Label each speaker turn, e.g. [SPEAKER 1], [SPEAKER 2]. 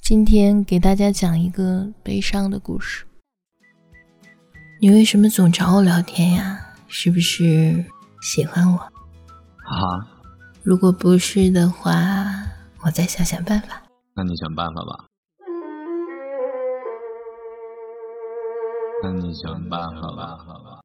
[SPEAKER 1] 今天给大家讲一个悲伤的故事。你为什么总找我聊天呀？是不是喜欢我？
[SPEAKER 2] 啊，
[SPEAKER 1] 如果不是的话，我再想想办法。
[SPEAKER 2] 那你想办法吧。那你想办法吧。